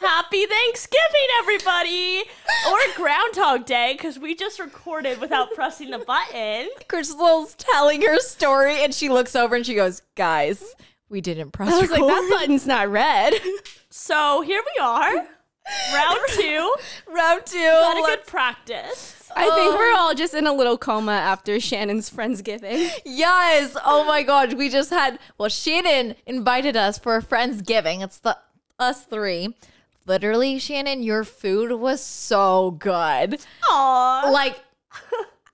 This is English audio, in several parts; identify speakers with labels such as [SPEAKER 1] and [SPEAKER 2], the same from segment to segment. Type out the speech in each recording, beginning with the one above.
[SPEAKER 1] Happy Thanksgiving, everybody! Or Groundhog Day, because we just recorded without pressing the button.
[SPEAKER 2] Crystal's telling her story and she looks over and she goes, Guys, we didn't press
[SPEAKER 3] I was like,
[SPEAKER 2] record."
[SPEAKER 3] that button's not red.
[SPEAKER 1] So here we are, round two.
[SPEAKER 2] Round two.
[SPEAKER 1] Got a
[SPEAKER 2] let-
[SPEAKER 1] good practice.
[SPEAKER 3] I think
[SPEAKER 2] Oh.
[SPEAKER 3] we're all just in a little coma after Shannon's Friendsgiving.
[SPEAKER 2] Yes. Oh my gosh. We just had, well, Shannon invited us for a Friendsgiving. It's the us three. Literally, Shannon, your food was so good.
[SPEAKER 1] Aww.
[SPEAKER 2] Like,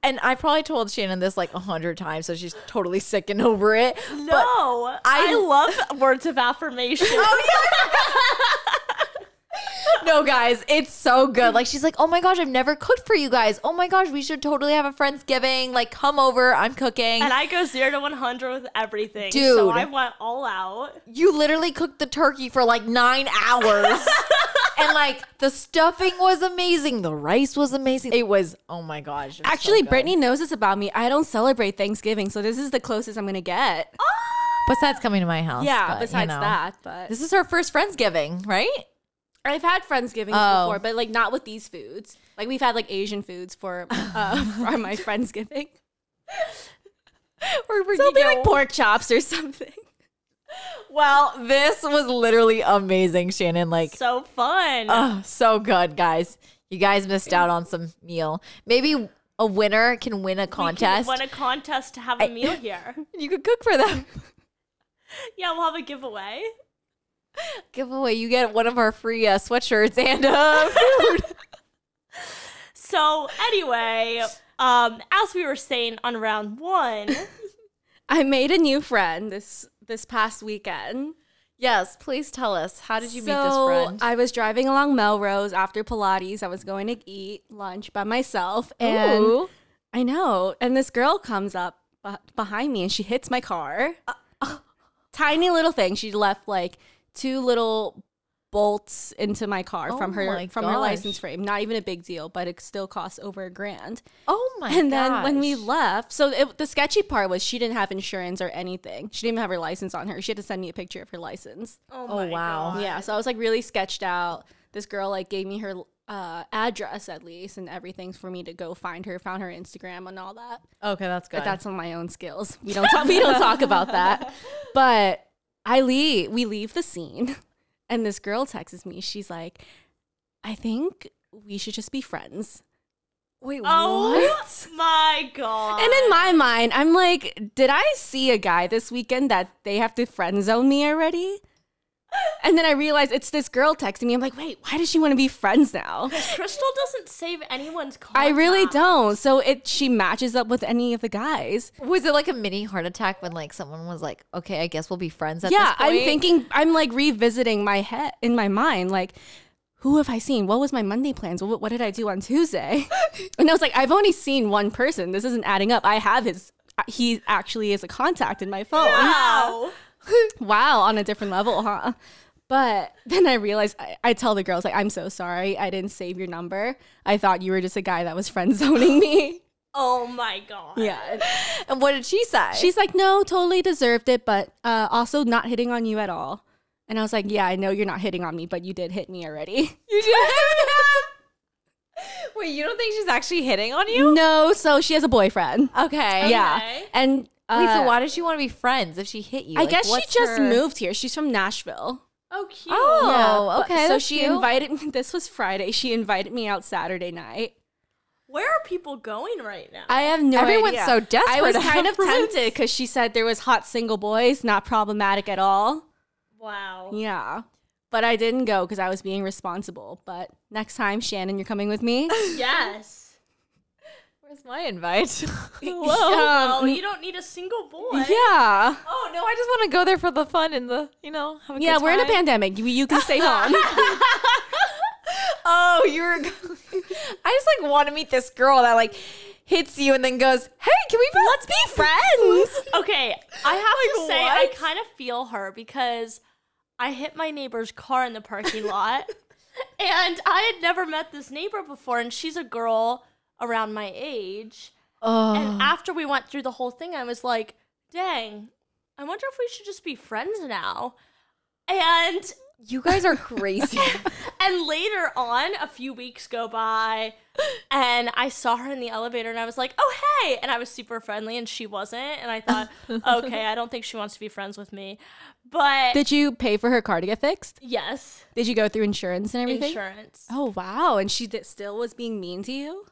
[SPEAKER 2] and I probably told Shannon this like a hundred times, so she's totally sick and over it. But
[SPEAKER 1] No,
[SPEAKER 2] I-
[SPEAKER 1] I love words of affirmation.
[SPEAKER 2] Oh, no, guys, it's so good. Like, she's like, oh my gosh, I've never cooked for you guys. Oh my gosh, we should totally have a Friendsgiving. Like, come over. I'm cooking.
[SPEAKER 1] And I go zero to 100 with everything. So
[SPEAKER 2] Dude.
[SPEAKER 1] I went all out.
[SPEAKER 2] you literally cooked the turkey for like nine hours. and like the stuffing was amazing. The rice was amazing. It was, oh my gosh. it was so
[SPEAKER 3] Actually,
[SPEAKER 2] good.
[SPEAKER 3] Brittany knows this about me. I don't celebrate Thanksgiving, so this is the closest I'm gonna get.
[SPEAKER 2] Besides coming to my house.
[SPEAKER 3] yeah,
[SPEAKER 2] but, you
[SPEAKER 3] besides
[SPEAKER 2] know.
[SPEAKER 3] that, but
[SPEAKER 2] This is her first Friendsgiving, right?
[SPEAKER 3] I've had friendsgivings
[SPEAKER 2] Oh.
[SPEAKER 3] before, but like not with these foods. Like we've had like Asian foods for uh, for my friendsgiving.
[SPEAKER 2] Or were
[SPEAKER 3] So it'll
[SPEAKER 2] you
[SPEAKER 3] be
[SPEAKER 2] go-
[SPEAKER 3] like pork chops or something.
[SPEAKER 2] Well, this was literally amazing, Shannon. Like,
[SPEAKER 1] So fun.
[SPEAKER 2] oh, so good, guys. You guys missed out on some meal. Maybe a winner can win a contest.
[SPEAKER 1] We can win a contest to have a meal here.
[SPEAKER 2] you could cook for them.
[SPEAKER 1] Yeah, we'll have a giveaway.
[SPEAKER 2] Giveaway. You get one of our free uh, sweatshirts and uh, food.
[SPEAKER 1] So anyway, um, as we were saying on round one,
[SPEAKER 3] I made a new friend this this past weekend.
[SPEAKER 2] Yes, please tell us. How did you meet this
[SPEAKER 3] So,
[SPEAKER 2] friend?
[SPEAKER 3] I was driving along Melrose after Pilates. I was going to eat lunch by myself, and
[SPEAKER 2] Ooh.
[SPEAKER 3] I know. And this girl comes up beh behind me and she hits my car.
[SPEAKER 2] Uh,
[SPEAKER 3] Tiny little thing. She left like two little bolts into my car from
[SPEAKER 2] Oh
[SPEAKER 3] her
[SPEAKER 2] my
[SPEAKER 3] from her
[SPEAKER 2] gosh.
[SPEAKER 3] license frame. Not even a big deal, but it still costs over a grand.
[SPEAKER 2] oh my!
[SPEAKER 3] and then when we
[SPEAKER 2] gosh.
[SPEAKER 3] left, so it, the sketchy part was she didn't have insurance or anything. She didn't even have her license on her. She had to send me a picture of her license.
[SPEAKER 1] oh,
[SPEAKER 2] Oh,
[SPEAKER 1] my
[SPEAKER 2] wow.
[SPEAKER 1] God.
[SPEAKER 3] Yeah, so I was like really sketched out. This girl like gave me her uh, address at least and everything for me to go find her. Found her Instagram and all that.
[SPEAKER 2] okay, that's good.
[SPEAKER 3] But that's on my own skills. We don't talk. we don't talk about that. But I leave. We leave the scene, and this girl texts me. She's like, "I think we should just be friends."
[SPEAKER 2] wait,
[SPEAKER 1] Oh my god!
[SPEAKER 3] And in my mind, I'm like, "Did I see a guy this weekend that they have to friend zone me already?" And then I realize it's this girl texting me. I'm like, "Wait, why does she want to be friends now?"
[SPEAKER 1] Crystal doesn't save anyone's contact.
[SPEAKER 3] I really don't. So it she matches up with any of the guys.
[SPEAKER 2] Was it like a mini heart attack when like someone was like, "Okay, I guess we'll be friends at
[SPEAKER 3] yeah
[SPEAKER 2] this point"?
[SPEAKER 3] i'm thinking i'm like revisiting my head in my mind like who have i seen what was my monday plans what, what did i do on tuesday and i was like i've only seen one person this isn't adding up i have his he actually is a contact in my phone
[SPEAKER 1] Wow.
[SPEAKER 3] wow on a different level huh but then i realized I, I tell the girls like i'm so sorry i didn't save your number i thought you were just a guy that was friend zoning me
[SPEAKER 1] Oh my god.
[SPEAKER 3] yeah
[SPEAKER 2] And what did she say?
[SPEAKER 3] She's like, no, totally deserved it, but uh, also not hitting on you at all. And I was like, yeah, I know you're not hitting on me, but you did hit me already.
[SPEAKER 2] you did. wait, you don't think she's actually hitting on you?
[SPEAKER 3] no, so she has a boyfriend.
[SPEAKER 2] Okay.
[SPEAKER 3] Yeah.
[SPEAKER 1] Okay.
[SPEAKER 3] And uh,
[SPEAKER 2] Wait, so why does she want to be friends if she hit you?
[SPEAKER 3] I
[SPEAKER 2] Like,
[SPEAKER 3] guess she
[SPEAKER 2] what's
[SPEAKER 3] just
[SPEAKER 2] her-
[SPEAKER 3] moved here. She's from Nashville.
[SPEAKER 1] Oh cute.
[SPEAKER 2] Oh,
[SPEAKER 3] but-
[SPEAKER 2] okay.
[SPEAKER 3] So
[SPEAKER 2] that's
[SPEAKER 3] she
[SPEAKER 2] cute.
[SPEAKER 3] invited me. This was Friday. She invited me out Saturday night.
[SPEAKER 1] Where are people going right now?
[SPEAKER 3] I have no
[SPEAKER 2] Everyone's
[SPEAKER 3] idea.
[SPEAKER 2] so desperate
[SPEAKER 3] I was
[SPEAKER 2] to have
[SPEAKER 3] kind of
[SPEAKER 2] friends.
[SPEAKER 3] tempted because she said there was hot single boys, not problematic at all.
[SPEAKER 1] wow.
[SPEAKER 3] Yeah. But I didn't go because I was being responsible. But next time, Shannon, you're coming with me.
[SPEAKER 1] Yes.
[SPEAKER 2] Where's my invite?
[SPEAKER 1] Oh,
[SPEAKER 3] Um,
[SPEAKER 1] you don't need a single boy.
[SPEAKER 3] yeah.
[SPEAKER 2] oh no, I just want to go there for the fun and the you know. Have a
[SPEAKER 3] Yeah,
[SPEAKER 2] good
[SPEAKER 3] we're in a
[SPEAKER 2] time.
[SPEAKER 3] pandemic. You, you can stay home.
[SPEAKER 2] Oh, you're. I just like want to meet this girl that like hits you and then goes, "Hey, can we be, let's be friends?"
[SPEAKER 1] Okay, I have
[SPEAKER 2] Like,
[SPEAKER 1] to say I
[SPEAKER 2] what?
[SPEAKER 1] kind of feel her because I hit my neighbor's car in the parking lot, and I had never met this neighbor before, and she's a girl around my age.
[SPEAKER 2] Oh,
[SPEAKER 1] And after we went through the whole thing, I was like, "Dang, I wonder if we should just be friends now." And
[SPEAKER 2] you guys are crazy.
[SPEAKER 1] And later on, a few weeks go by, and I saw her in the elevator, and I was like, "Oh hey!" And I was super friendly, and she wasn't, and I thought, "Okay, I don't think she wants to be friends with me." But
[SPEAKER 3] Did you pay for her car to get fixed?
[SPEAKER 1] yes,
[SPEAKER 3] Did you go through insurance and everything?
[SPEAKER 1] insurance.
[SPEAKER 3] Oh wow! And she did, still was being mean to you.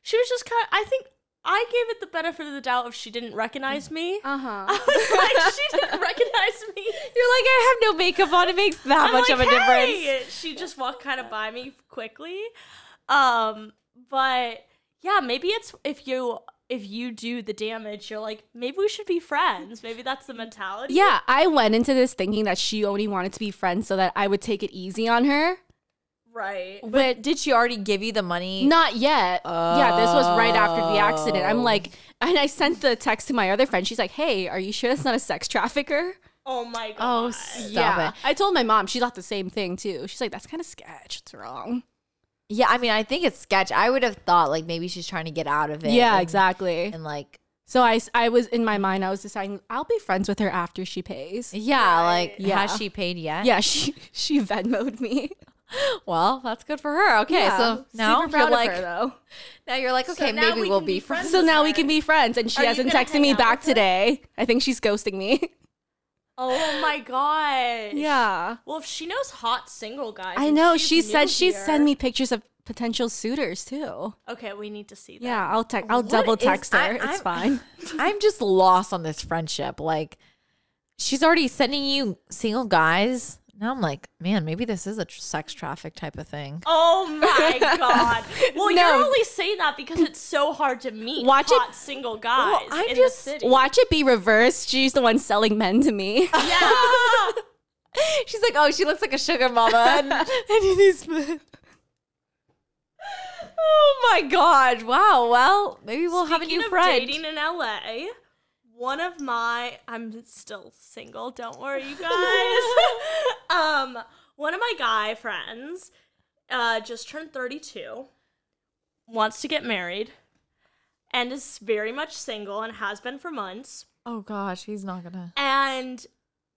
[SPEAKER 1] She was just kind. of, I think I gave it the benefit of the doubt if she didn't recognize me.
[SPEAKER 3] Uh
[SPEAKER 2] Uh-huh.
[SPEAKER 3] huh.
[SPEAKER 1] I was like, she didn't recognize me.
[SPEAKER 3] You're like, I have no makeup on. It makes that
[SPEAKER 1] I'm
[SPEAKER 3] much
[SPEAKER 1] like,
[SPEAKER 3] of a difference.
[SPEAKER 1] "Hey!" She just walked kind of by me quickly. Um, but yeah, maybe it's if you if you do the damage, you're like, maybe we should be friends. Maybe that's the mentality.
[SPEAKER 3] Yeah, I went into this thinking that she only wanted to be friends so that I would take it easy on her.
[SPEAKER 1] Right.
[SPEAKER 3] Oh
[SPEAKER 2] But did she already give you the money?
[SPEAKER 3] Not yet. Yeah, this was right after the accident. I'm like, and I sent the text to my other friend. She's like, hey, are you sure that's not a sex trafficker?
[SPEAKER 1] Oh my god.
[SPEAKER 2] Oh, stop
[SPEAKER 3] yeah.
[SPEAKER 2] it.
[SPEAKER 3] I told my mom, she thought the same thing too. She's like, that's kind of sketch. It's wrong.
[SPEAKER 2] Yeah, I mean, I think it's sketch. I would have thought like maybe she's trying to get out of it.
[SPEAKER 3] Yeah,
[SPEAKER 2] and-
[SPEAKER 3] exactly.
[SPEAKER 2] And like,
[SPEAKER 3] So I, s- I was in my mind, I was deciding, I'll be friends with her after she pays.
[SPEAKER 2] yeah, like
[SPEAKER 3] Yeah.
[SPEAKER 2] has she paid yet?
[SPEAKER 3] Yeah, she, she Venmoed me.
[SPEAKER 2] Well, that's good for her. Okay,
[SPEAKER 3] Yeah,
[SPEAKER 2] so now
[SPEAKER 3] super
[SPEAKER 2] you're
[SPEAKER 3] proud
[SPEAKER 2] like,
[SPEAKER 3] of her, though.
[SPEAKER 2] now you're like, okay,
[SPEAKER 1] now
[SPEAKER 2] maybe
[SPEAKER 1] we
[SPEAKER 2] we'll
[SPEAKER 1] can
[SPEAKER 2] be
[SPEAKER 1] be
[SPEAKER 2] friends.
[SPEAKER 1] friends.
[SPEAKER 3] So now
[SPEAKER 1] her.
[SPEAKER 3] we can be friends. And she
[SPEAKER 1] Are you
[SPEAKER 3] hasn't
[SPEAKER 1] gonna
[SPEAKER 3] texted
[SPEAKER 1] hang
[SPEAKER 3] me
[SPEAKER 1] out
[SPEAKER 3] back
[SPEAKER 1] with her?
[SPEAKER 3] today. I think she's ghosting me.
[SPEAKER 1] Oh my god.
[SPEAKER 3] yeah.
[SPEAKER 1] Well, if she knows hot single guys,
[SPEAKER 3] I
[SPEAKER 1] and
[SPEAKER 3] know.
[SPEAKER 1] she's
[SPEAKER 3] She
[SPEAKER 1] new
[SPEAKER 3] said she'd
[SPEAKER 1] here-
[SPEAKER 3] send me pictures of potential suitors too.
[SPEAKER 1] Okay, we need to see that.
[SPEAKER 3] Yeah, I'll text. I'll
[SPEAKER 2] What
[SPEAKER 3] double
[SPEAKER 2] is-
[SPEAKER 3] text her.
[SPEAKER 2] I-
[SPEAKER 3] it's
[SPEAKER 2] I'm-
[SPEAKER 3] fine.
[SPEAKER 2] I'm just lost on this friendship. Like, she's already sending you single guys. Now I'm like, man, maybe this is a tr- sex traffic type of thing.
[SPEAKER 1] Oh my god! Well,
[SPEAKER 3] No.
[SPEAKER 1] you're only saying that because it's so hard to meet
[SPEAKER 3] Watch it-
[SPEAKER 1] hot single guys
[SPEAKER 2] I'm
[SPEAKER 1] in
[SPEAKER 2] just-
[SPEAKER 1] the city.
[SPEAKER 3] Watch it be reversed. She's the one selling men to me.
[SPEAKER 1] yeah,
[SPEAKER 2] She's like, oh, she looks like a sugar mama. And, and these men. Oh my god! Wow. Well, maybe we'll have a
[SPEAKER 1] Speaking
[SPEAKER 2] new
[SPEAKER 1] of
[SPEAKER 2] friend.
[SPEAKER 1] dating in LA, one of my I'm still single. Don't worry, you guys. um, one of my guy friends uh, just turned 32, wants to get married, and is very much single and has been for months.
[SPEAKER 2] Oh gosh, he's not gonna.
[SPEAKER 1] And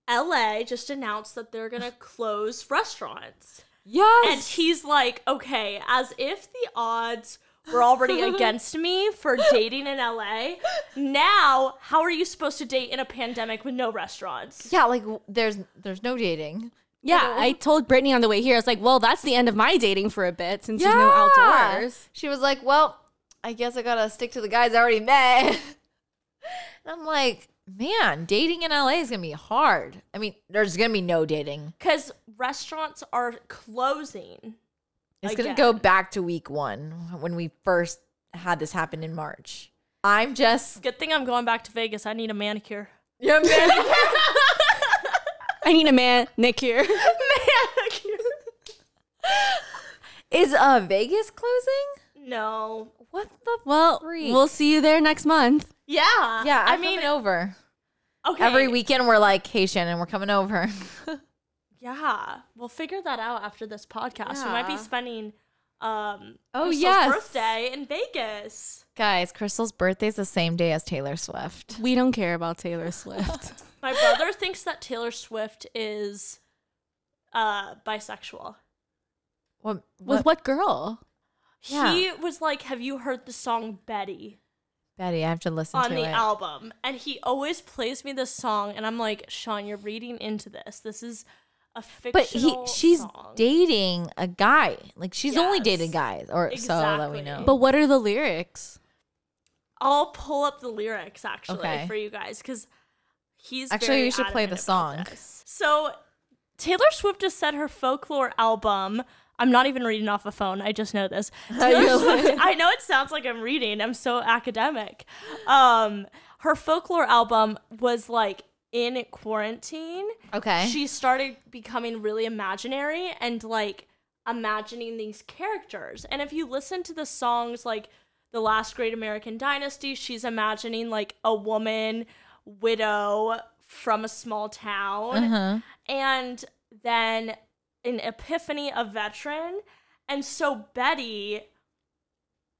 [SPEAKER 1] LA just announced that they're gonna close restaurants. And
[SPEAKER 2] Yes.
[SPEAKER 1] he's like, okay, as if the odds were already against me for dating in LA. Now, how are you supposed to date in a pandemic with no restaurants?
[SPEAKER 2] yeah, like w- there's there's no dating.
[SPEAKER 3] yeah, I told Brittany on the way here. I was like, "Well, that's the end of my dating for a bit since there's no
[SPEAKER 2] Yeah.
[SPEAKER 3] outdoors."
[SPEAKER 2] She was like, well, I guess I gotta stick to the guys I already met. and I'm like, man, dating in LA is gonna be hard. I mean, there's gonna be no dating.
[SPEAKER 1] Because restaurants are closing.
[SPEAKER 2] It's gonna go
[SPEAKER 1] Again.
[SPEAKER 2] back to week one when we first had this happen in March. I'm just
[SPEAKER 1] Good thing I'm going back to Vegas. I need a manicure.
[SPEAKER 2] yeah, man.
[SPEAKER 3] I need a man, Nick here.
[SPEAKER 1] manicure.
[SPEAKER 2] is uh Vegas closing?
[SPEAKER 1] No.
[SPEAKER 2] What the
[SPEAKER 3] Well,
[SPEAKER 2] freak?
[SPEAKER 3] we'll see you there next month.
[SPEAKER 1] Yeah.
[SPEAKER 2] yeah,
[SPEAKER 1] I
[SPEAKER 2] I'm
[SPEAKER 1] mean,
[SPEAKER 2] coming over
[SPEAKER 1] okay.
[SPEAKER 2] every weekend. We're like, hey Shannon, we're coming over.
[SPEAKER 1] Yeah, we'll figure that out after this podcast. We might be
[SPEAKER 3] Yeah.
[SPEAKER 1] spending um
[SPEAKER 2] Oh,
[SPEAKER 1] Crystal's
[SPEAKER 2] yes.
[SPEAKER 1] birthday in Vegas.
[SPEAKER 2] Guys, Crystal's birthday's the same day as Taylor Swift.
[SPEAKER 3] We don't care about Taylor Swift.
[SPEAKER 1] My brother thinks that Taylor Swift is uh bisexual.
[SPEAKER 2] What?
[SPEAKER 3] With what girl?
[SPEAKER 2] Yeah.
[SPEAKER 1] He was like, "Have you heard the song Betty
[SPEAKER 2] Betty, I have to listen
[SPEAKER 1] on
[SPEAKER 2] to
[SPEAKER 1] the
[SPEAKER 2] it.
[SPEAKER 1] album?" And he always plays me this song, and I'm like, "Sean, you're reading into this. This is a
[SPEAKER 2] but he,
[SPEAKER 1] fictional
[SPEAKER 2] she's
[SPEAKER 1] song."
[SPEAKER 2] dating a guy. Like she's only
[SPEAKER 1] Yes.
[SPEAKER 2] dated guys, or so that we
[SPEAKER 1] Exactly.
[SPEAKER 2] know.
[SPEAKER 3] But what are the lyrics?
[SPEAKER 1] I'll pull up the lyrics actually
[SPEAKER 2] Okay.
[SPEAKER 1] for you guys because he's
[SPEAKER 2] Actually,
[SPEAKER 1] very
[SPEAKER 2] we should play
[SPEAKER 1] adamant
[SPEAKER 2] the
[SPEAKER 1] about
[SPEAKER 2] song.
[SPEAKER 1] this. So Taylor Swift has said her folklore album. I'm not even reading off a phone. I just know this. Taylor Swift- I know it sounds like I'm reading. I'm so academic. Um, her folklore album was like in quarantine
[SPEAKER 2] okay,
[SPEAKER 1] she started becoming really imaginary and like imagining these characters. And if you listen to the songs like The Last Great American Dynasty, she's imagining like a woman widow from a small town
[SPEAKER 2] uh-huh.
[SPEAKER 1] and then an epiphany a veteran. And so Betty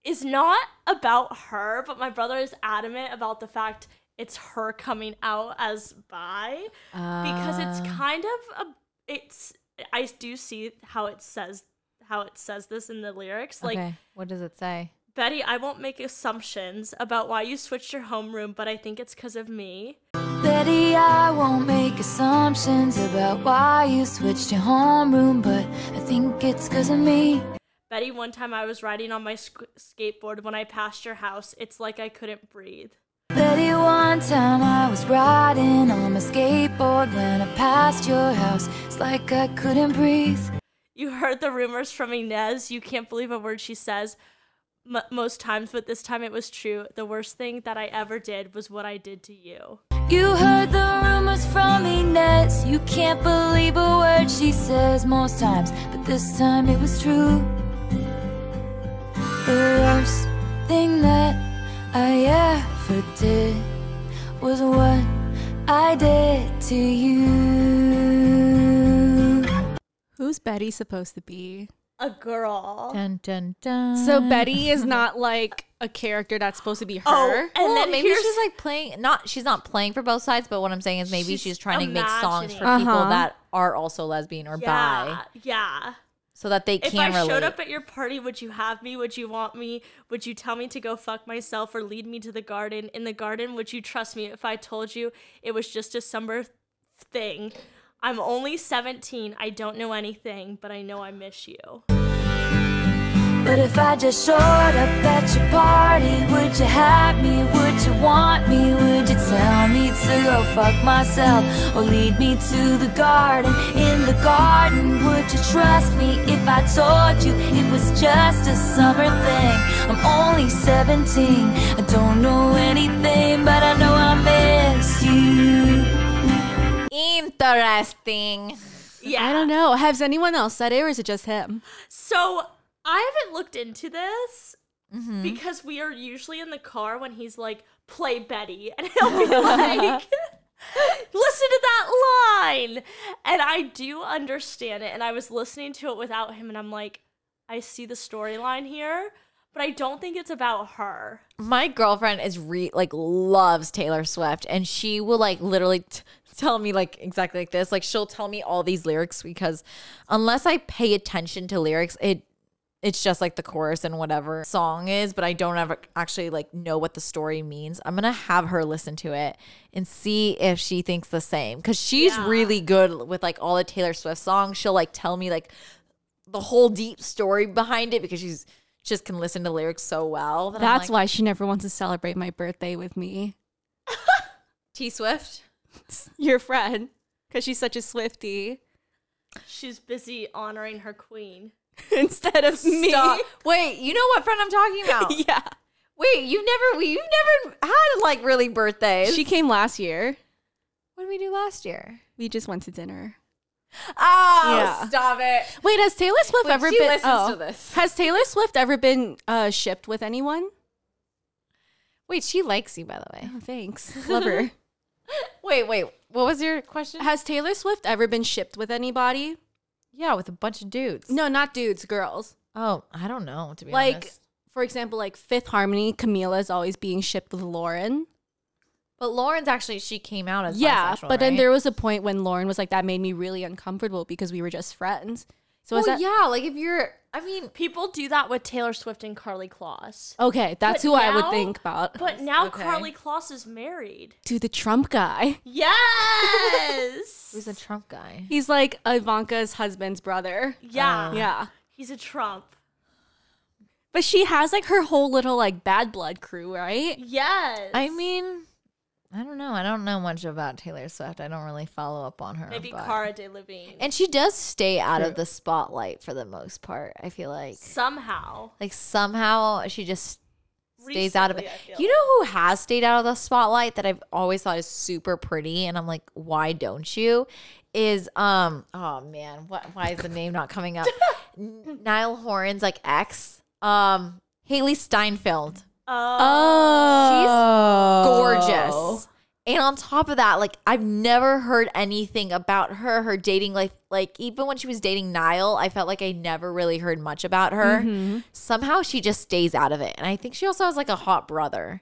[SPEAKER 1] is not about her, but my brother is adamant about the fact it's
[SPEAKER 2] Uh.
[SPEAKER 1] her coming out as bi because it's kind of a it's I do see how it says how it says this in the lyrics. Like
[SPEAKER 2] okay. What does it say?
[SPEAKER 1] Betty, I won't make assumptions about why you switched your homeroom, but I think it's because of me.
[SPEAKER 4] Betty, I won't make assumptions about why you switched your homeroom, but I think it's 'cause of me.
[SPEAKER 1] Betty, one time I was riding on my sc- skateboard when I passed your house. It's like I couldn't breathe.
[SPEAKER 4] Betty, one time I was riding on my skateboard when I passed your house. It's like I couldn't breathe.
[SPEAKER 1] You heard the rumors from Inez. You can't believe a word she says m- most times, but this time it was true. The worst thing that I ever did was what I did to you.
[SPEAKER 4] You heard the rumors from Inez. You can't believe a word she says most times, but this time it was true. The worst thing that I ever did was what I did to you.
[SPEAKER 3] Who's Betty supposed to be?
[SPEAKER 1] A girl.
[SPEAKER 2] Dun dun dun.
[SPEAKER 3] So Betty is not like a character that's supposed to be her.
[SPEAKER 1] Oh, and
[SPEAKER 2] Well,
[SPEAKER 1] then
[SPEAKER 2] maybe
[SPEAKER 1] here's-
[SPEAKER 2] she's like playing not she's not playing for both sides, but what I'm saying is maybe she's,
[SPEAKER 1] She's
[SPEAKER 2] trying to make songs for
[SPEAKER 3] imagining.
[SPEAKER 2] people
[SPEAKER 3] Uh-huh.
[SPEAKER 2] that are also lesbian or bi
[SPEAKER 1] yeah, yeah.
[SPEAKER 2] so that they
[SPEAKER 1] If
[SPEAKER 2] can
[SPEAKER 1] I
[SPEAKER 2] relate.
[SPEAKER 1] showed up at your party, would you have me? Would you want me? Would you tell me to go fuck myself or lead me to the garden? In the garden, would you trust me if I told you it was just a summer thing? I'm only 17. I don't know anything, but I know I miss you.
[SPEAKER 4] But if I just showed up at your party, would you have me? Would you want me? Would you tell me to go fuck myself? Or lead me to the garden? In the garden, would you trust me if I told you it was just a summer thing? I'm only 17, I don't know anything, but I know I miss you.
[SPEAKER 2] Interesting.
[SPEAKER 1] Yeah.
[SPEAKER 3] I don't know. Has anyone else said it, or is it just him?
[SPEAKER 1] So I haven't looked into this because we are usually in the car when he's like, play Betty. And he'll be like, listen to that line. And I do understand it. And I was listening to it without him and I'm like, I see the storyline here, but I don't think it's about her.
[SPEAKER 2] My girlfriend is re like loves Taylor Swift and she will like literally t- tell me like exactly like this. Like she'll tell me all these lyrics because unless I pay attention to lyrics, it it's just like the chorus and whatever song is, but I don't ever actually like know what the story means. I'm gonna have her listen to it and see if she thinks the same because she's
[SPEAKER 1] Yeah.
[SPEAKER 2] really good with like all the Taylor Swift songs. She'll like tell me like the whole deep story behind it because she's just can listen to lyrics so well. that I'm
[SPEAKER 3] That's
[SPEAKER 2] like,
[SPEAKER 3] why she never wants to celebrate my birthday with me.
[SPEAKER 2] T Swift.
[SPEAKER 3] Your friend, because she's such a Swifty.
[SPEAKER 1] She's busy honoring her queen.
[SPEAKER 3] Instead of me.
[SPEAKER 2] Stop. Wait, you know what friend I'm talking about?
[SPEAKER 3] Yeah.
[SPEAKER 2] Wait, you've never we you've never had like really birthdays.
[SPEAKER 3] She came last year.
[SPEAKER 2] what did we do last year?
[SPEAKER 3] We just went to dinner.
[SPEAKER 2] Oh,
[SPEAKER 3] Yeah.
[SPEAKER 2] stop it.
[SPEAKER 3] Wait, has Taylor Swift
[SPEAKER 2] Wait,
[SPEAKER 3] ever
[SPEAKER 2] she
[SPEAKER 3] been? oh.
[SPEAKER 2] listens to this.
[SPEAKER 3] Has Taylor Swift ever been uh, shipped with anyone?
[SPEAKER 2] Wait, she likes you by the way.
[SPEAKER 3] Oh, thanks, lover.
[SPEAKER 2] Wait, wait. What was your question?
[SPEAKER 3] has Taylor Swift ever been shipped with anybody?
[SPEAKER 2] Yeah, with a bunch of dudes.
[SPEAKER 3] No, not dudes, girls.
[SPEAKER 2] Oh, I don't know to be
[SPEAKER 3] like,
[SPEAKER 2] honest.
[SPEAKER 3] for example, like Fifth Harmony, Camila is always being shipped with Lauren.
[SPEAKER 2] But Lauren's actually she came out as
[SPEAKER 3] yeah,
[SPEAKER 2] bisexual,
[SPEAKER 3] but then
[SPEAKER 2] right?
[SPEAKER 3] there was a point when Lauren was like, "That made me really uncomfortable because we were just friends." So
[SPEAKER 2] Well,
[SPEAKER 3] is that
[SPEAKER 2] Oh, yeah, like if you're I mean,
[SPEAKER 1] People do that with Taylor Swift and Carly Kloss.
[SPEAKER 3] okay? That's
[SPEAKER 1] But
[SPEAKER 3] who I would
[SPEAKER 1] now-
[SPEAKER 3] think about.
[SPEAKER 1] But now
[SPEAKER 2] Okay.
[SPEAKER 1] Carly Kloss is married.
[SPEAKER 3] to the Trump guy,
[SPEAKER 1] Yes.
[SPEAKER 2] who's a Trump guy?
[SPEAKER 3] he's like Ivanka's husband's brother.
[SPEAKER 1] yeah.
[SPEAKER 3] Yeah,
[SPEAKER 1] He's a Trump.
[SPEAKER 3] but she has like her whole little like bad blood crew, right?
[SPEAKER 1] Yes.
[SPEAKER 2] I mean, I don't know. I don't know much about Taylor Swift. I don't really follow up on her.
[SPEAKER 1] maybe
[SPEAKER 2] but-
[SPEAKER 1] Cara Delevingne.
[SPEAKER 2] And she does stay out of the spotlight for the most part. I feel like,
[SPEAKER 1] somehow
[SPEAKER 2] like somehow she just stays out of it.
[SPEAKER 1] Recently, I feel
[SPEAKER 2] You know who has stayed out of the spotlight that I've always thought is super pretty, and I'm like, why don't you? Is um oh man, what why is the name not coming up? N- Niall Horan's like ex, um Haley Steinfeld.
[SPEAKER 1] Oh,
[SPEAKER 2] Oh,
[SPEAKER 3] Oh.
[SPEAKER 2] gorgeous. Oh. And on top of that, like I've never heard anything about her, her dating life. Like even when she was dating Niall, I felt like I never really heard much about her. Somehow she just stays out of it. And I think she also has like a hot brother.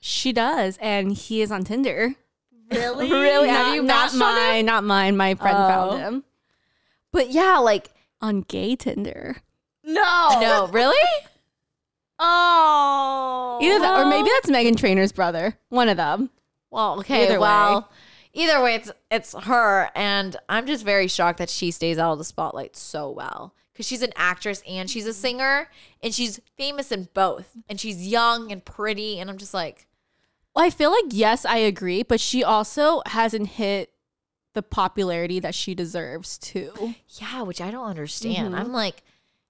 [SPEAKER 3] She does, and he is on Tinder.
[SPEAKER 1] really
[SPEAKER 3] Really? Have you
[SPEAKER 2] matched
[SPEAKER 3] not
[SPEAKER 2] on
[SPEAKER 3] mine? Not mine. My friend
[SPEAKER 2] Oh.
[SPEAKER 3] found him.
[SPEAKER 2] But yeah, like
[SPEAKER 3] on gay Tinder.
[SPEAKER 1] No.
[SPEAKER 2] no, really?
[SPEAKER 1] Oh.
[SPEAKER 3] Either that, or maybe that's Megan Trainor's brother. One of them.
[SPEAKER 2] Well, okay,
[SPEAKER 3] Either way.
[SPEAKER 2] well, either way, it's it's her, and I'm just very shocked that she stays out of the spotlight so well because she's an actress and she's a singer, and she's famous in both, and she's young and pretty, and I'm just like,
[SPEAKER 3] I feel like yes, I agree, but she also hasn't hit the popularity that she deserves too.
[SPEAKER 2] yeah, which I don't understand. I'm like,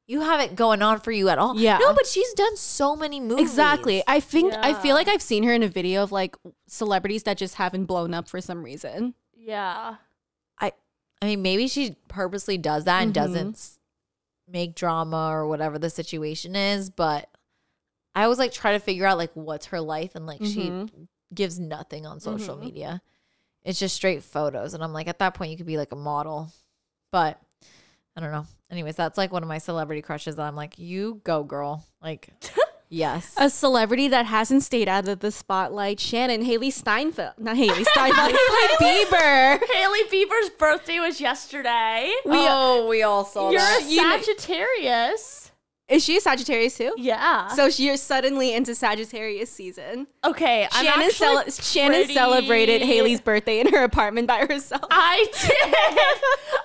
[SPEAKER 2] you have it going on for you at all,
[SPEAKER 3] Mm-hmm. Yeah.
[SPEAKER 2] No, but she's done so many movies,
[SPEAKER 3] Exactly. I think I feel like I've seen her in a video of like celebrities that just haven't blown up for some reason.
[SPEAKER 1] Yeah.
[SPEAKER 2] I I mean maybe she purposely does that and
[SPEAKER 3] Mm-hmm.
[SPEAKER 2] doesn't s- make drama or whatever the situation is, but I always like try to figure out like what's her life and like
[SPEAKER 3] Mm-hmm.
[SPEAKER 2] she gives nothing on social media. It's just straight photos and I'm like at that point you could be like a model. But I don't know. Anyways, that's like one of my celebrity crushes that I'm like, "You go, girl." Like yes.
[SPEAKER 3] A celebrity that hasn't stayed out of the spotlight, Shannon Haley Steinfeld. Not Haley Steinfeld, Haley Bieber.
[SPEAKER 1] Haley Bieber's birthday was yesterday.
[SPEAKER 2] oh, we all saw
[SPEAKER 1] You're a
[SPEAKER 3] You know-
[SPEAKER 1] Sagittarius.
[SPEAKER 3] Is she a Sagittarius too?
[SPEAKER 1] Yeah.
[SPEAKER 3] So you're suddenly into Sagittarius season.
[SPEAKER 1] okay, I'm
[SPEAKER 3] Shannon,
[SPEAKER 1] actually
[SPEAKER 3] cele- Shannon
[SPEAKER 1] pretty-
[SPEAKER 3] celebrated Haley's birthday in her apartment by herself.
[SPEAKER 1] I did.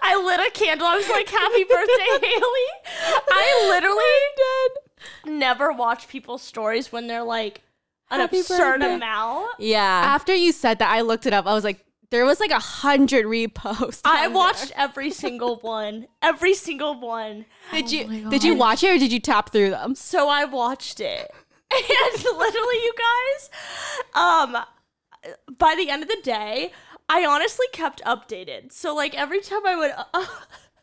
[SPEAKER 1] I lit a candle. I was like, "Happy birthday, Haley!"
[SPEAKER 3] Oh
[SPEAKER 1] I literally did. Never watch people's stories when they're like an
[SPEAKER 3] Happy
[SPEAKER 1] absurd
[SPEAKER 3] birthday.
[SPEAKER 1] amount.
[SPEAKER 2] Yeah.
[SPEAKER 3] After you said that, I looked it up. I was like, there was like a hundred reposts.
[SPEAKER 1] I
[SPEAKER 3] on
[SPEAKER 1] watched every single one. Every single one.
[SPEAKER 3] there. Did you did you watch it or did you tap through them?
[SPEAKER 1] So I watched it. And literally, you guys, um, by the end of the day, I honestly kept updated. So, like, every time I would uh,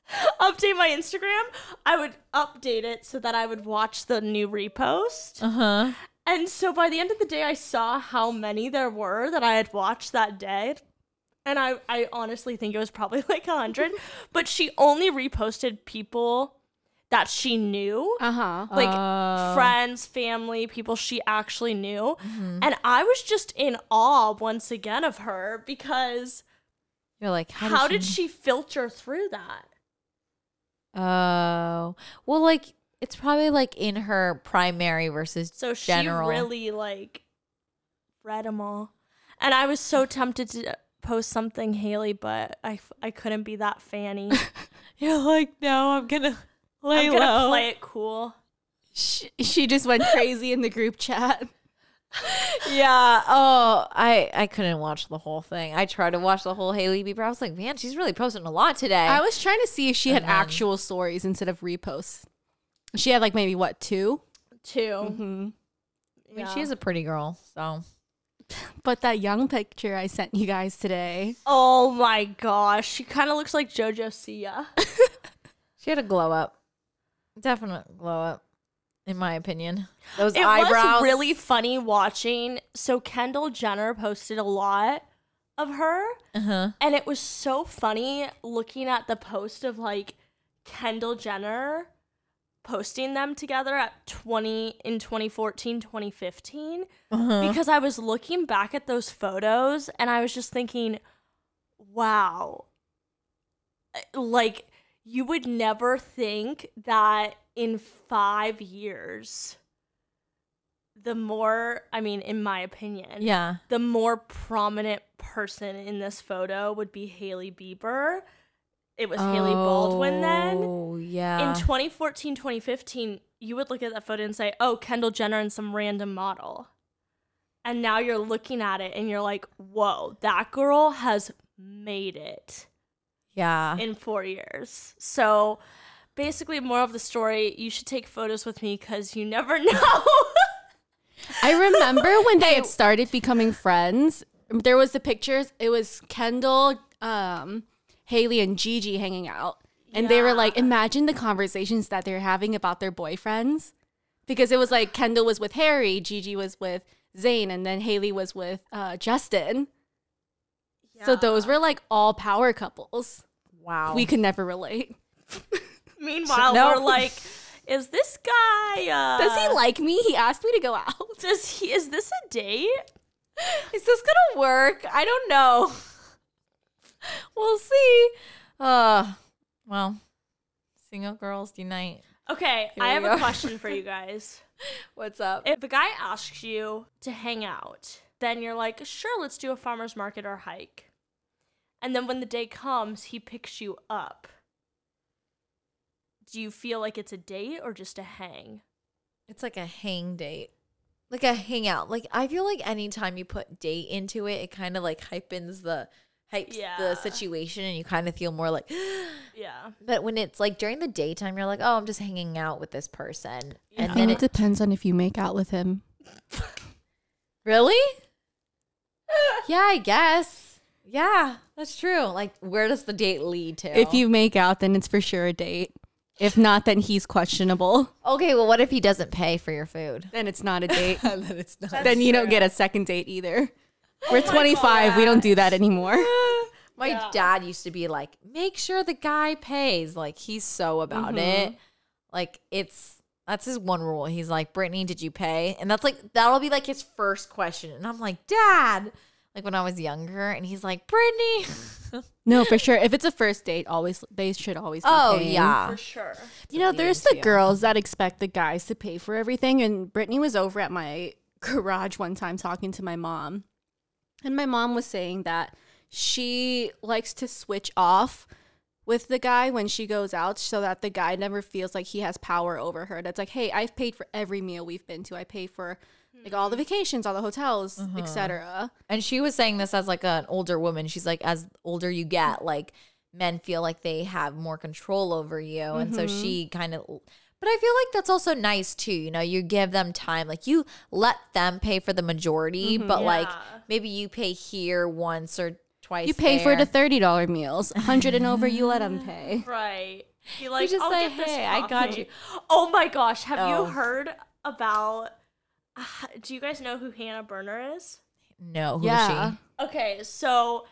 [SPEAKER 1] update my Instagram, I would update it so that I would watch the new repost.
[SPEAKER 2] Uh-huh.
[SPEAKER 1] And so, by the end of the day, I saw how many there were that I had watched that day. And I, I honestly think it was probably like 100. but she only reposted people that she knew
[SPEAKER 3] Uh
[SPEAKER 2] Uh-huh.
[SPEAKER 3] huh.
[SPEAKER 1] like
[SPEAKER 2] Oh.
[SPEAKER 1] friends, family, people she actually knew.
[SPEAKER 2] Mm-hmm.
[SPEAKER 1] And I was just in awe once again of her because
[SPEAKER 2] You're like,
[SPEAKER 1] how,
[SPEAKER 2] "How did she
[SPEAKER 1] did she filter through that?
[SPEAKER 2] Oh, well, like it's probably like in her primary versus
[SPEAKER 1] So she
[SPEAKER 2] general.
[SPEAKER 1] really like read them all. And I was so tempted to post something Haley, but I, f- I couldn't be that fanny.
[SPEAKER 2] You're like, no, I'm gonna lay
[SPEAKER 1] I'm gonna play it cool.
[SPEAKER 3] She, she just went crazy in the group chat.
[SPEAKER 2] Yeah. Oh, I I couldn't watch the whole thing. I tried to watch the whole Haley Bieber. I was like, man, she's really posting a lot today.
[SPEAKER 3] I was trying to see if she had actual stories instead of reposts. She had like maybe what two?
[SPEAKER 1] Too.
[SPEAKER 2] Mm-hmm.
[SPEAKER 3] Hmm.
[SPEAKER 2] I mean, she is a pretty girl, so
[SPEAKER 3] But that young picture I sent you guys today.
[SPEAKER 1] Oh my gosh. She kind of looks like JoJo Siya.
[SPEAKER 2] she had a glow up, definite glow up, in my opinion. Those
[SPEAKER 1] It was
[SPEAKER 2] eyebrows
[SPEAKER 1] really funny watching. So Kendall Jenner posted a lot of her,
[SPEAKER 2] Uh-huh.
[SPEAKER 1] and it was so funny looking at the post of like Kendall Jenner posting them together at 20 in 2014 2015
[SPEAKER 2] Uh-huh.
[SPEAKER 1] because I was looking back at those photos and I was just thinking wow Uh, like you would never think that in 5 years the more i mean in my opinion
[SPEAKER 2] Yeah.
[SPEAKER 1] the more prominent person in this photo would be Haley Bieber. It was Haley Baldwin then.
[SPEAKER 2] Oh yeah.
[SPEAKER 1] In 2014, 2015, you would look at that photo and say, oh, Kendall Jenner and some random model. And now you're looking at it and you're like, whoa, that girl has made it
[SPEAKER 2] yeah.
[SPEAKER 1] in four years. So basically, more of the story you should take photos with me because you never know.
[SPEAKER 3] I remember when they had started becoming friends. There was the pictures. It was Kendall, um, Haley, and Gigi hanging out, and they were like, imagine the conversations that they're having about their boyfriends, because it was like Kendall was with Harry, Gigi was with Zayn, and then Haley was with uh, Justin. So those were like all power couples.
[SPEAKER 2] wow.
[SPEAKER 3] We could never relate.
[SPEAKER 1] Meanwhile,
[SPEAKER 2] No.
[SPEAKER 1] we're like, is this guy. Uh,
[SPEAKER 3] Does he like me? He asked me to go out.
[SPEAKER 1] Does he? Is this a date?
[SPEAKER 2] Is this gonna work? I don't know. we'll see. Uh well, Single girls unite.
[SPEAKER 1] Okay, I
[SPEAKER 2] we
[SPEAKER 1] have
[SPEAKER 2] go.
[SPEAKER 1] a question for you guys.
[SPEAKER 2] What's up?
[SPEAKER 1] If a guy asks you to hang out, then you're like, sure, let's do a farmer's market or hike. And then when the day comes, he picks you up. Do you feel like it's a date or just a hang?
[SPEAKER 2] It's like a hang date. Like a hangout. Like I feel like anytime you put date into it, it kind of like hypens the hypes
[SPEAKER 1] Yeah.
[SPEAKER 2] the situation and you kind of feel more like
[SPEAKER 1] Yeah.
[SPEAKER 2] but when it's like during the daytime you're like, "Oh, I'm just hanging out with this person."
[SPEAKER 3] I
[SPEAKER 2] And then
[SPEAKER 3] think it
[SPEAKER 2] it,
[SPEAKER 3] depends on if you make out with him.
[SPEAKER 2] really? yeah, I guess. Yeah, that's true. Like where does the date lead to?
[SPEAKER 3] If you make out, then it's for sure a date. If not, then he's questionable.
[SPEAKER 2] Okay, well what if he doesn't pay for your food?
[SPEAKER 3] Then it's not a date.
[SPEAKER 2] and then it's not.
[SPEAKER 3] then you don't get a second date either.
[SPEAKER 2] Oh
[SPEAKER 3] We're 25. We don't do that anymore.
[SPEAKER 2] My dad used to be like, make sure the guy pays. Like he's so about it. Like it's that's his one rule. He's like, Brittany, did you pay? And that's like that'll be like his first question. And I'm like, Dad. Like when I was younger, and he's like, Brittany.
[SPEAKER 3] No, for sure. If it's a first date, always they should always. Be
[SPEAKER 2] oh
[SPEAKER 3] paying.
[SPEAKER 2] yeah.
[SPEAKER 1] For sure.
[SPEAKER 3] You know, there's the girls that expect the guys to pay for everything. And Brittany was over at my garage one time talking to my mom. And my mom was saying that she likes to switch off with the guy when she goes out so that the guy never feels like he has power over her. That's like, hey, I've paid for every meal we've been to. I pay for like all the vacations, all the hotels, etc.
[SPEAKER 2] And she was saying this as like an older woman. She's like, as older you get, like men feel like they have more control over you. And so she kind of, but I feel like that's also nice too. You know, you give them time, like you let them pay for the majority, but like
[SPEAKER 1] Yeah.
[SPEAKER 2] maybe you pay here once or twice.
[SPEAKER 3] You pay for
[SPEAKER 2] there.
[SPEAKER 3] the $30 meals, 100 and over you let them pay.
[SPEAKER 1] Right. You like,
[SPEAKER 2] just
[SPEAKER 1] I'll
[SPEAKER 2] say,
[SPEAKER 1] get this
[SPEAKER 2] "Hey, I got
[SPEAKER 1] coffee."
[SPEAKER 2] you.
[SPEAKER 1] Oh my gosh. Have
[SPEAKER 2] Oh.
[SPEAKER 1] you heard about. do you guys know who Hannah Berner is?
[SPEAKER 2] no, who's
[SPEAKER 3] Yeah.
[SPEAKER 2] she?
[SPEAKER 1] Okay, so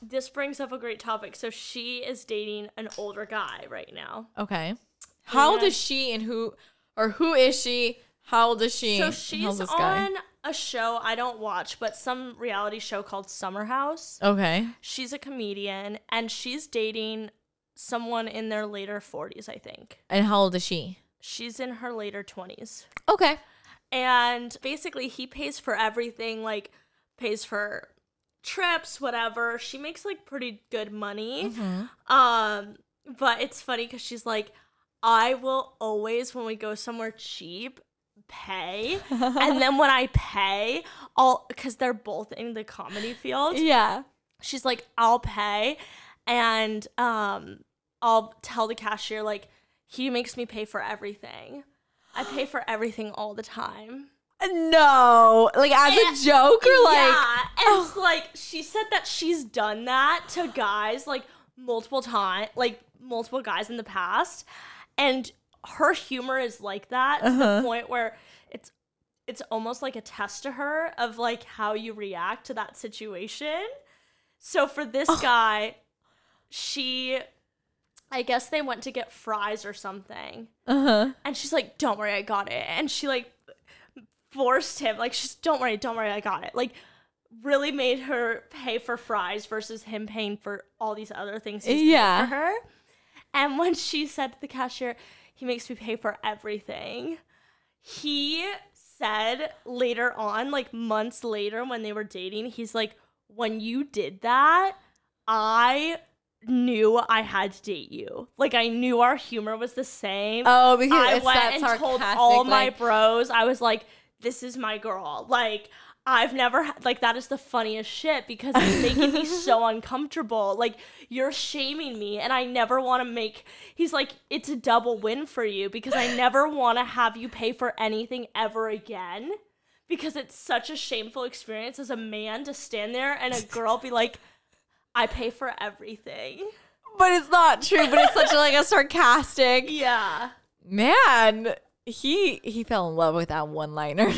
[SPEAKER 1] this brings up a great topic. So she is dating an older guy right now.
[SPEAKER 2] Okay. How old
[SPEAKER 1] Yeah.
[SPEAKER 2] is she and who, or who is she? How old is she?
[SPEAKER 1] So
[SPEAKER 2] and how's
[SPEAKER 1] she's
[SPEAKER 2] this guy?
[SPEAKER 1] on a show I don't watch, but some reality show called Summer House.
[SPEAKER 2] Okay.
[SPEAKER 1] She's a comedian and she's dating someone in their later 40s, I think.
[SPEAKER 2] And how old is she?
[SPEAKER 1] She's in her later 20s.
[SPEAKER 2] Okay.
[SPEAKER 1] And basically, he pays for everything, like pays for trips, whatever. She makes like pretty good money. Um, but it's funny because she's like, I will always, when we go somewhere cheap, pay. and then when I pay, I'll, because they're both in the comedy field,
[SPEAKER 2] Yeah.
[SPEAKER 1] she's like, I'll pay. And um, I'll tell the cashier, like, he makes me pay for everything. I pay for everything all the time.
[SPEAKER 2] No, like as a joke or like
[SPEAKER 1] yeah, and it's like she said that she's done that to guys like multiple time, like multiple guys in the past, and her humor is like that to the point where it's it's almost like a test to her of like how you react to that situation. So for this guy, she. I guess they went to get fries or something. And she's like, "Don't worry, I got it." And she like forced him, like, she's, "Don't worry, don't worry, I got it." Like, really made her pay for fries versus him paying for all these other things he's
[SPEAKER 2] Yeah.
[SPEAKER 1] yeah. for her. And when she said to the cashier, "He makes me pay for everything," he said later on, like months later when they were dating, he's like, "When you did that, I." knew I had to date you. Like I knew our humor was the same.
[SPEAKER 2] oh because
[SPEAKER 1] I
[SPEAKER 2] it's
[SPEAKER 1] went
[SPEAKER 2] that
[SPEAKER 1] and told
[SPEAKER 2] sarcastic,
[SPEAKER 1] all my
[SPEAKER 2] like-
[SPEAKER 1] bros. I was like, "This is my girl." Like, I've never ha- like that is the funniest shit because it's making me so uncomfortable. Like, you're shaming me, and I never want to make. He's like, "It's a double win for you because I never want to have you pay for anything ever again." Because it's such a shameful experience as a man to stand there and a girl be like, "I pay for everything."
[SPEAKER 2] but it's not true. But it's such like a sarcastic
[SPEAKER 1] Yeah.
[SPEAKER 2] man. He he fell in love with that one liner.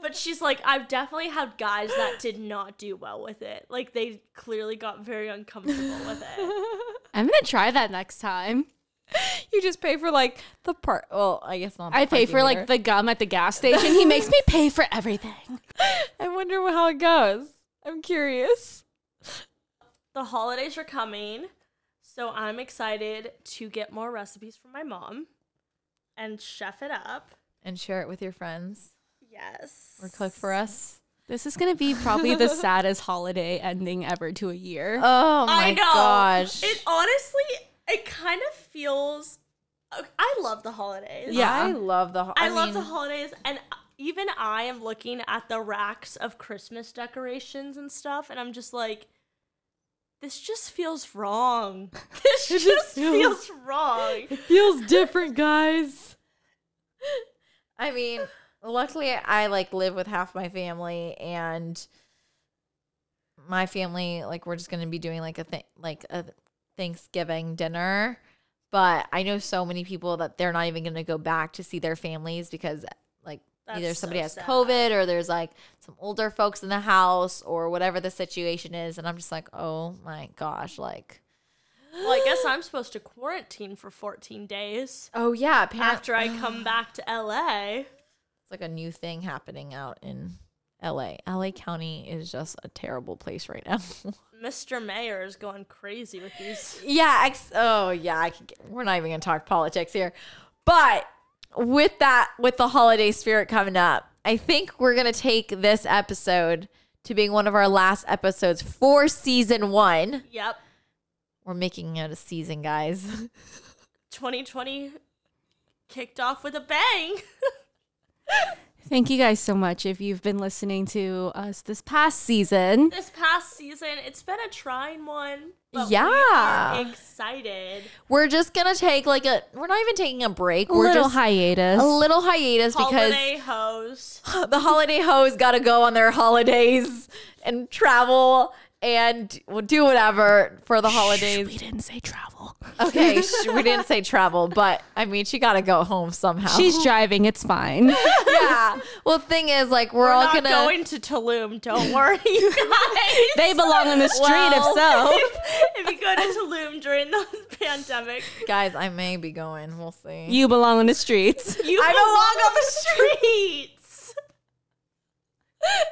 [SPEAKER 1] But she's like, I've definitely had guys that did not do well with it. Like they clearly got very uncomfortable with it.
[SPEAKER 3] I'm going to try that next time.
[SPEAKER 2] you just pay for like the part. Well, I guess not. the
[SPEAKER 3] I pay
[SPEAKER 2] parking
[SPEAKER 3] for like
[SPEAKER 2] meter.
[SPEAKER 3] the gum at the gas station. He makes me pay for everything.
[SPEAKER 2] I wonder how it goes. I'm curious.
[SPEAKER 1] The holidays are coming, So I'm excited to get more recipes from my mom and chef it up.
[SPEAKER 2] and share it with your friends
[SPEAKER 1] Yes.
[SPEAKER 2] or cook for us.
[SPEAKER 3] This is gonna be probably the saddest holiday ending ever to a year.
[SPEAKER 2] Oh my
[SPEAKER 1] I know.
[SPEAKER 2] gosh.
[SPEAKER 1] It honestly, it kind of feels. I love the holidays.
[SPEAKER 3] Yeah.
[SPEAKER 2] I love the ho-
[SPEAKER 1] I, love the
[SPEAKER 2] mean,
[SPEAKER 1] holidays, and even I am looking at the racks of Christmas decorations and stuff, and I'm just like, this just feels wrong. This just, feels, wrong.
[SPEAKER 2] feels different, guys. I mean, luckily I like live with half my family and my family like we're just going to be doing like a thing like a Thanksgiving dinner, but I know so many people that they're not even going to go back to see their families because like either
[SPEAKER 1] That's
[SPEAKER 2] somebody
[SPEAKER 1] so
[SPEAKER 2] has
[SPEAKER 1] sad.
[SPEAKER 2] COVID or there's like some older folks in the house or whatever the situation is and I'm just like, "Oh my gosh, like
[SPEAKER 1] Well, I guess I'm supposed to quarantine for 14 days
[SPEAKER 2] Oh yeah, apparent-
[SPEAKER 1] after I come back to LA.
[SPEAKER 2] It's like a new thing happening out in LA. LA County is just a terrible place right now.
[SPEAKER 1] Mr. Mayor is going crazy with these.
[SPEAKER 2] yeah. Ex- oh, yeah. I could get, we're not even going to talk politics here. But with that, with the holiday spirit coming up, I think we're going to take this episode to being one of our last episodes for season one.
[SPEAKER 1] Yep.
[SPEAKER 2] We're making it a season, guys.
[SPEAKER 1] 2020 kicked off with a bang.
[SPEAKER 3] Thank you guys so much if you've been listening to us this past season.
[SPEAKER 1] this past season, it's been a trying one. But
[SPEAKER 2] Yeah.
[SPEAKER 1] We are excited.
[SPEAKER 2] We're just going to take like a, we're not even taking a break. We're
[SPEAKER 3] little
[SPEAKER 2] just
[SPEAKER 3] hiatus.
[SPEAKER 2] a little hiatus because.
[SPEAKER 1] Holiday hoes.
[SPEAKER 2] the holiday hoes got to go on their holidays and travel and do whatever for the
[SPEAKER 3] We
[SPEAKER 2] holidays.
[SPEAKER 3] didn't say travel.
[SPEAKER 2] Okay, sh- we didn't say travel, but I mean, she got to go home somehow.
[SPEAKER 3] She's driving. It's fine.
[SPEAKER 2] yeah. Well, thing is, like, we're,
[SPEAKER 1] We're
[SPEAKER 2] all
[SPEAKER 1] not
[SPEAKER 2] gonna.
[SPEAKER 1] going to Tulum. Don't worry, you guys.
[SPEAKER 3] they belong on the street.
[SPEAKER 2] Well-
[SPEAKER 3] if so,
[SPEAKER 1] if you go to Tulum during the pandemic,
[SPEAKER 2] Guys, I may be going. We'll see.
[SPEAKER 3] you belong on the streets.
[SPEAKER 1] you
[SPEAKER 2] I
[SPEAKER 1] belong
[SPEAKER 2] belong
[SPEAKER 1] on the streets.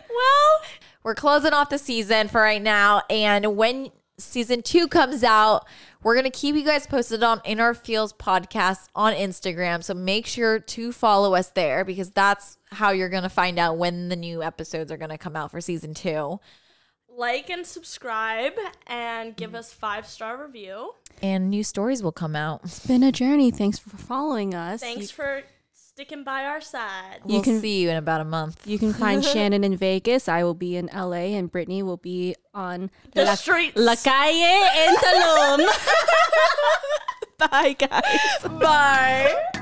[SPEAKER 2] well, we're closing off the season for right now. And when season two comes out, we're going to keep you guys posted on In Our Feels podcast on Instagram. So make sure to follow us there because that's how you're going to find out when the new episodes are going to come out for season two.
[SPEAKER 1] Like and subscribe and give us five star review.
[SPEAKER 2] And new stories will come out.
[SPEAKER 3] It's been a journey. Thanks for following us.
[SPEAKER 1] Thanks for sticking by our side.
[SPEAKER 2] We'll
[SPEAKER 3] You can-
[SPEAKER 2] see you in about a month.
[SPEAKER 3] You can find Shannon in Vegas. I will be in LA, and Brittany will be on
[SPEAKER 1] The streets.
[SPEAKER 3] La Calle in Tulum. Bye, guys.
[SPEAKER 2] Bye.